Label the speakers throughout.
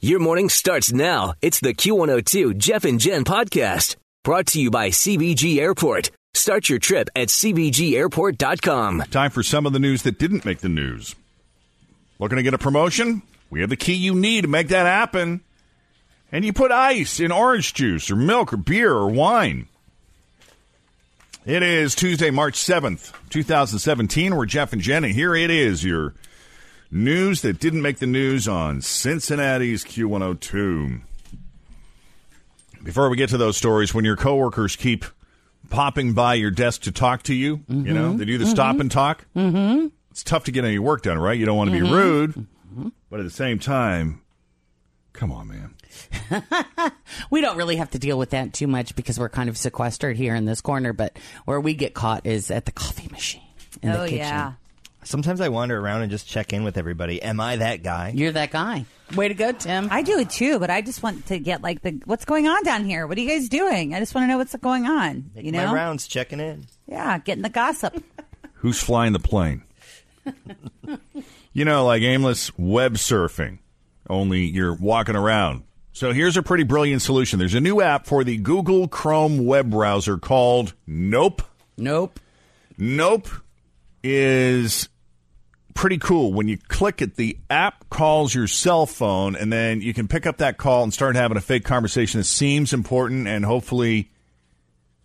Speaker 1: Your morning starts now. It's the Q102 Jeff and Jen podcast brought to you by CBG Airport. Start your trip at CBGAirport.com.
Speaker 2: Time for some of the news that didn't make the news. Looking to get a promotion? We have the key you need to make that happen. And you put ice in orange juice or milk or beer or wine. It is Tuesday, March 7th, 2017. We're Jeff and Jen, and here it is your news that didn't make the news on Cincinnati's Q102. Before we get to those stories, when your coworkers keep popping by your desk to talk to you, you know, they do the stop and talk. Mm-hmm. It's tough to get any work done, right? You don't want to be rude, but at the same time, come on, man.
Speaker 3: We don't really have to deal with that too much because we're kind of sequestered here in this corner, but where we get caught is at the coffee machine in the
Speaker 4: oh
Speaker 3: kitchen.
Speaker 4: yeah.
Speaker 5: Sometimes I wander around and just check in with everybody. Am I that guy?
Speaker 3: You're that guy. Way to go, Tim.
Speaker 4: I do it too, but I just want to get like the what's going on down here? What are you guys doing? I just want to know what's going on.
Speaker 5: Making
Speaker 4: you know?
Speaker 5: my rounds, checking in.
Speaker 4: Yeah, getting the gossip.
Speaker 2: Who's flying the plane? you know, like aimless web surfing, only you're walking around. So here's a pretty brilliant solution. There's a new app for the Google Chrome web browser called Nope.
Speaker 3: Nope.
Speaker 2: Nope is pretty cool. When you click it, the app calls your cell phone, and then you can pick up that call and start having a fake conversation that seems important, and hopefully,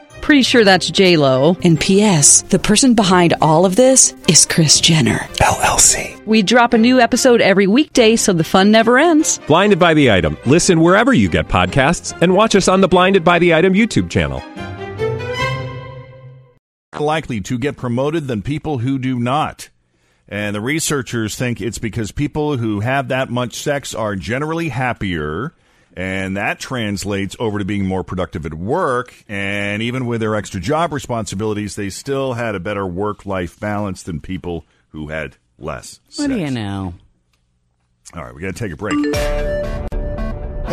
Speaker 6: Pretty sure that's J Lo.
Speaker 7: And P.S. The person behind all of this is Chris Jenner.
Speaker 8: LLC.
Speaker 6: We drop a new episode every weekday, so the fun never ends.
Speaker 8: Blinded by the item. Listen wherever you get podcasts, and watch us on the Blinded by the Item YouTube channel.
Speaker 2: likely to get promoted than people who do not. And the researchers think it's because people who have that much sex are generally happier. And that translates over to being more productive at work. And even with their extra job responsibilities, they still had a better work life balance than people who had less
Speaker 3: What
Speaker 2: sex.
Speaker 3: do you know?
Speaker 2: All right, we got to take a break.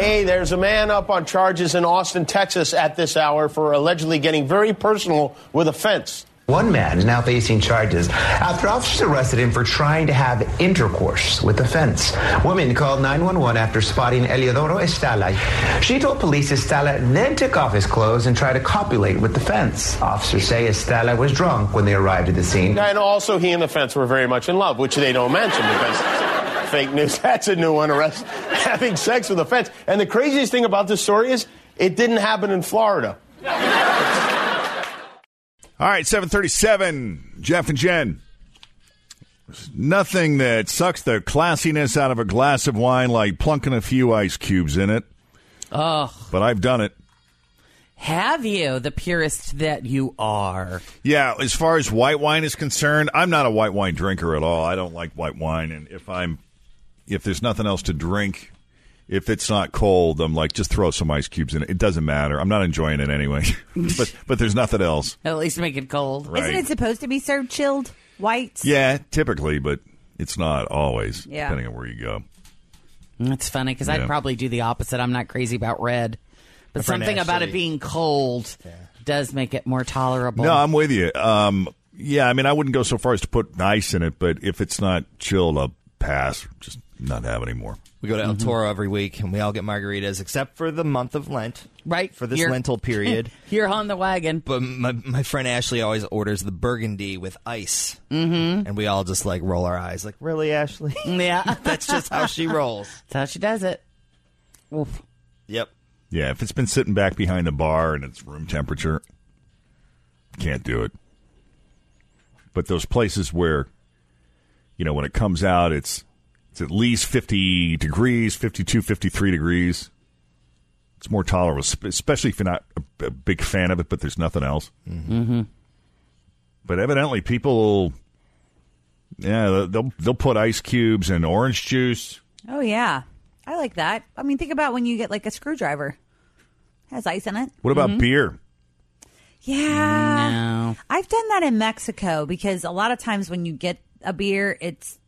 Speaker 9: Hey, there's a man up on charges in Austin, Texas at this hour for allegedly getting very personal with a fence.
Speaker 10: One man is now facing charges after officers arrested him for trying to have intercourse with a fence. Woman called 911 after spotting Eliodoro Estala. She told police Estala then took off his clothes and tried to copulate with the fence. Officers say Estala was drunk when they arrived at the scene.
Speaker 9: And also, he and the fence were very much in love, which they don't mention because fake news. That's a new one. Arrest having sex with a fence. And the craziest thing about this story is it didn't happen in Florida.
Speaker 2: All right, 737, Jeff and Jen. Nothing that sucks the classiness out of a glass of wine like plunking a few ice cubes in it. Oh. But I've done it.
Speaker 3: Have you the purist that you are?
Speaker 2: Yeah, as far as white wine is concerned, I'm not a white wine drinker at all. I don't like white wine and if I'm if there's nothing else to drink, if it's not cold, I'm like just throw some ice cubes in it. It doesn't matter. I'm not enjoying it anyway. but but there's nothing else.
Speaker 3: At least make it cold.
Speaker 2: Right.
Speaker 4: Isn't it supposed to be served chilled? Whites?
Speaker 2: Yeah, typically, but it's not always
Speaker 4: Yeah.
Speaker 2: depending on where you go.
Speaker 3: That's funny because
Speaker 2: Yeah.
Speaker 3: I'd probably do the opposite. I'm not crazy about red, but
Speaker 5: friend
Speaker 3: something about
Speaker 5: Ashley-
Speaker 3: it being cold does make it more tolerable.
Speaker 2: No, I'm with you. Um, yeah, I mean, I wouldn't go so far as to put ice in it, but if it's not chilled, I'll pass. Just not have any more.
Speaker 5: We go to El
Speaker 7: Mm-hmm.
Speaker 5: Toro every week, and we all get margaritas, except for the month of Lent,
Speaker 3: Right,
Speaker 5: For this
Speaker 3: you're-
Speaker 5: Lentil period.
Speaker 3: You're on the wagon.
Speaker 5: but my my friend Ashley always orders the Burgundy with ice, mm-hmm. and we all just like roll our eyes, like, really, Ashley?
Speaker 3: Yeah, that's
Speaker 5: That's just how she rolls.
Speaker 3: how she does it. Oof.
Speaker 5: Yep.
Speaker 2: Yeah, if it's been sitting back behind the bar and it's room temperature, can't do it. But those places where, you know, when it comes out, it's it's at least 50 degrees, 52, 53 degrees. It's more tolerable, sp- especially if you're not a, a big fan of it, but there's nothing else. Mm-hmm. But evidently, people, yeah, they'll they'll put ice cubes and orange juice.
Speaker 4: Oh yeah, I like that. I mean, think about when you get like a screwdriver has ice in it.
Speaker 2: What about beer?
Speaker 4: Yeah,
Speaker 3: No.
Speaker 4: I've done that in Mexico because a lot of times when you get a beer, it's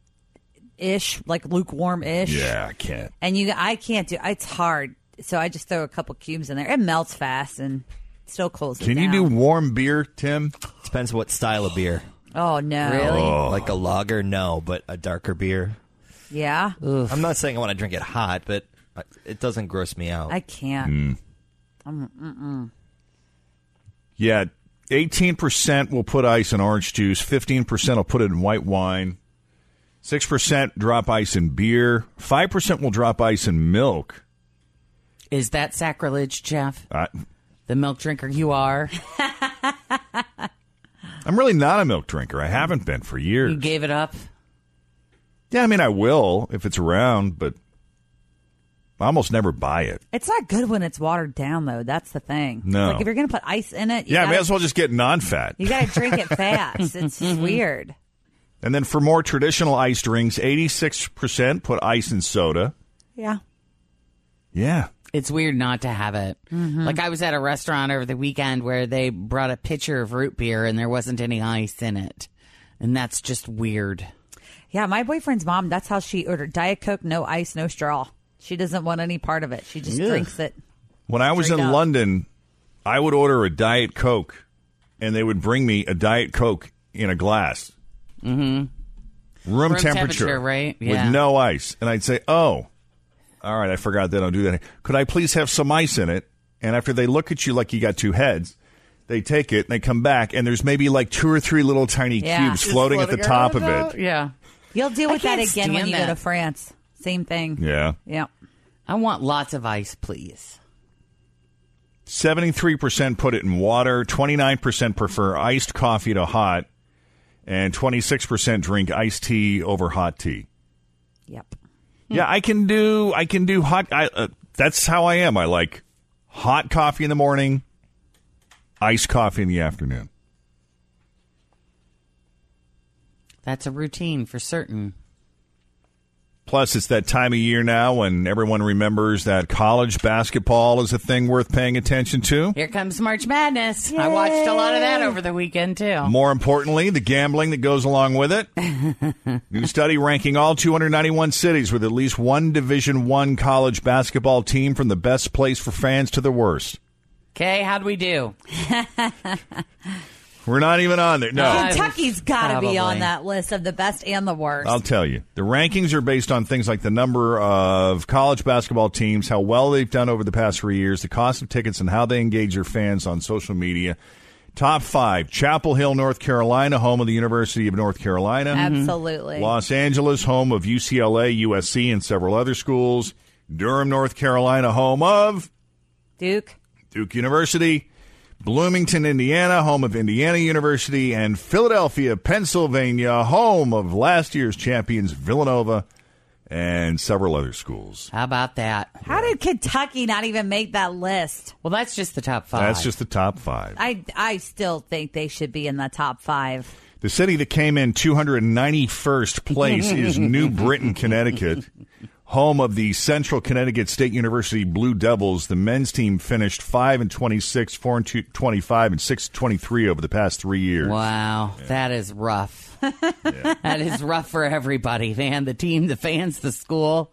Speaker 4: ish, like lukewarm ish.
Speaker 2: Yeah, I can't.
Speaker 4: And you, I can't do. It's hard. So I just throw a couple cubes in there. It melts fast and still cools. it
Speaker 2: Can you
Speaker 4: down.
Speaker 2: do warm beer, Tim?
Speaker 5: Depends what style of beer.
Speaker 4: Oh no!
Speaker 2: Uh,
Speaker 5: Like a lager, no, but a darker beer.
Speaker 4: Yeah.
Speaker 5: I'm not saying I want to drink it hot, but uh, it doesn't gross me out.
Speaker 4: I can't.
Speaker 2: Mm.
Speaker 4: I'm- mm-mm.
Speaker 2: Yeah, eighteen percent will put ice in orange juice. Fifteen percent will put it in white wine. Six percent drop ice in beer. Five percent will drop ice in milk.
Speaker 3: Is that sacrilege, Jeff?
Speaker 2: I,
Speaker 3: The milk drinker you are.
Speaker 2: I'm really not a milk drinker. I haven't been for years.
Speaker 3: You gave it up.
Speaker 2: Yeah, I mean, I will if it's around, but I almost never buy it.
Speaker 4: It's not good when it's watered down though. That's the thing.
Speaker 2: No.
Speaker 4: Like if you're gonna put ice in it, you
Speaker 2: yeah, I
Speaker 4: gotta,
Speaker 2: may as well just get non-fat.
Speaker 4: You gotta drink it fast. it's just weird.
Speaker 2: And then for more traditional ice drinks, 86% put ice in soda.
Speaker 4: Yeah.
Speaker 2: Yeah.
Speaker 3: It's weird not to have it. Like I was at a restaurant over the weekend where they brought a pitcher of root beer and there wasn't any ice in it. And that's just weird.
Speaker 4: Yeah, my boyfriend's mom. That's how she ordered Diet Coke, no ice, no straw. She doesn't want any part of it. She just
Speaker 2: Ugh.
Speaker 4: drinks it.
Speaker 2: When I was in London, I would order a Diet Coke, and they would bring me a Diet Coke in a glass. Mm-hmm. Room,
Speaker 3: Room temperature, right? Yeah.
Speaker 2: With no ice. And I'd say, oh, all right, I forgot they don't do that. Could I please have some ice in it? And after they look at you like you got two heads, they take it and they come back, and there's maybe like two or three little tiny cubes floating, at the top of it.
Speaker 3: Yeah.
Speaker 4: You'll deal
Speaker 3: I
Speaker 4: with that
Speaker 3: can't
Speaker 4: again when
Speaker 3: stand
Speaker 4: you go
Speaker 3: that.
Speaker 4: to France. Same thing.
Speaker 2: Yeah.
Speaker 4: Yeah.
Speaker 3: I want lots of ice, please.
Speaker 2: 73% put it in water, 29% prefer iced coffee to hot, and 26% drink iced tea over hot tea.
Speaker 4: Yep.
Speaker 2: Yeah, I can do I can do hot I uh, that's how I am. I like hot coffee in the morning, iced coffee in the afternoon.
Speaker 3: That's a routine for certain.
Speaker 2: Plus it's that time of year now when everyone remembers that college basketball is a thing worth paying attention to.
Speaker 3: Here comes March Madness. I watched a lot of that over the weekend too.
Speaker 2: More importantly, the gambling that goes along with it. New study ranking all 291 cities with at least one Division 1 college basketball team from the best place for fans to the worst.
Speaker 3: Okay, how'd we do?
Speaker 2: We're not even on there. No.
Speaker 4: Kentucky's got to
Speaker 2: Oh,
Speaker 4: be on
Speaker 2: Probably.
Speaker 4: that list of the best and the worst.
Speaker 2: I'll tell you. The rankings are based on things like the number of college basketball teams, how well they've done over the past three years, the cost of tickets, and how they engage their fans on social media. Top five Chapel Hill, North Carolina, home of the University of North Carolina.
Speaker 4: Absolutely.
Speaker 2: Los Angeles, home of UCLA, USC, and several other schools. Durham, North Carolina, home of
Speaker 4: Duke.
Speaker 2: Duke University. Bloomington, Indiana, home of Indiana University. And Philadelphia, Pennsylvania, home of last year's champions, Villanova, and several other schools.
Speaker 3: How about that?
Speaker 4: How did Kentucky not even make that list?
Speaker 3: Well, that's just the top five.
Speaker 2: That's just the top five.
Speaker 4: I I still think they should be in the top five.
Speaker 2: The city that came in 291st place is New Britain, Connecticut, home of the Central Connecticut State University Blue Devils. The men's team finished 5 and 26, 4 and 2, 25 and 6 and 23 over the past 3 years.
Speaker 3: Wow, that is rough. that is rough for everybody, man. The team, the fans, the school.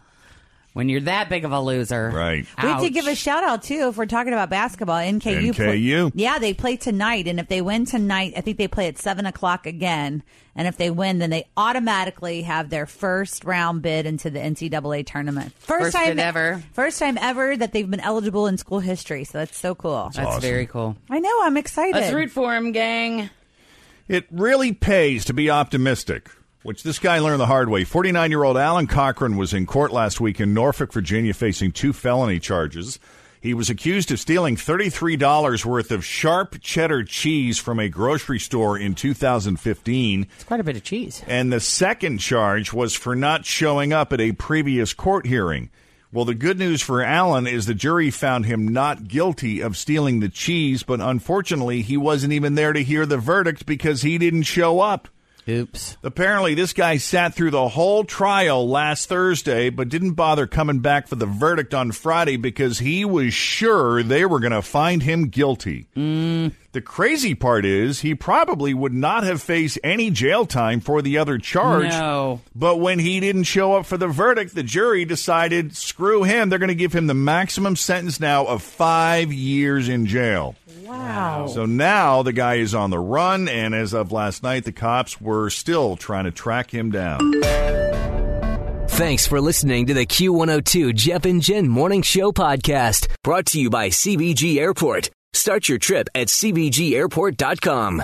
Speaker 3: When you're that big of a loser,
Speaker 2: right?
Speaker 4: We have to give a shout out too if we're talking about basketball. NKU. play-
Speaker 2: NKU.
Speaker 4: yeah, they play tonight, and if they win tonight, I think they play at seven o'clock again. And if they win, then they automatically have their first round bid into the NCAA tournament.
Speaker 3: First bid ever.
Speaker 4: First time ever that they've been eligible in school history. So that's so cool.
Speaker 3: That's very cool.
Speaker 4: I know. I'm excited.
Speaker 3: Let's root for him, gang.
Speaker 2: It really pays to be optimistic, which this guy learned the hard way. 49 year old Alan Cochran was in court last week in Norfolk, Virginia, facing two felony charges. He was accused of stealing $33 worth of sharp cheddar cheese from a grocery store in 2015. It's
Speaker 3: quite a bit of cheese.
Speaker 2: And the second charge was for not showing up at a previous court hearing. Well, the good news for Allen is the jury found him not guilty of stealing the cheese, but unfortunately, he wasn't even there to hear the verdict because he didn't show up.
Speaker 11: Oops.
Speaker 2: Apparently, this guy sat through the whole trial last Thursday, but didn't bother coming back for the verdict on Friday because he was sure they were going to find him guilty. The crazy part is he probably would not have faced any jail time for the other charge.
Speaker 11: No.
Speaker 2: But when he didn't show up for the verdict, the jury decided, screw him. They're going to give him the maximum sentence now of five years in jail.
Speaker 12: Wow.
Speaker 2: So now the guy is on the run, and as of last night, the cops were still trying to track him down.
Speaker 1: Thanks for listening to the Q102 Jeff and Jen Morning Show podcast, brought to you by CBG Airport. Start your trip at CBGAirport.com.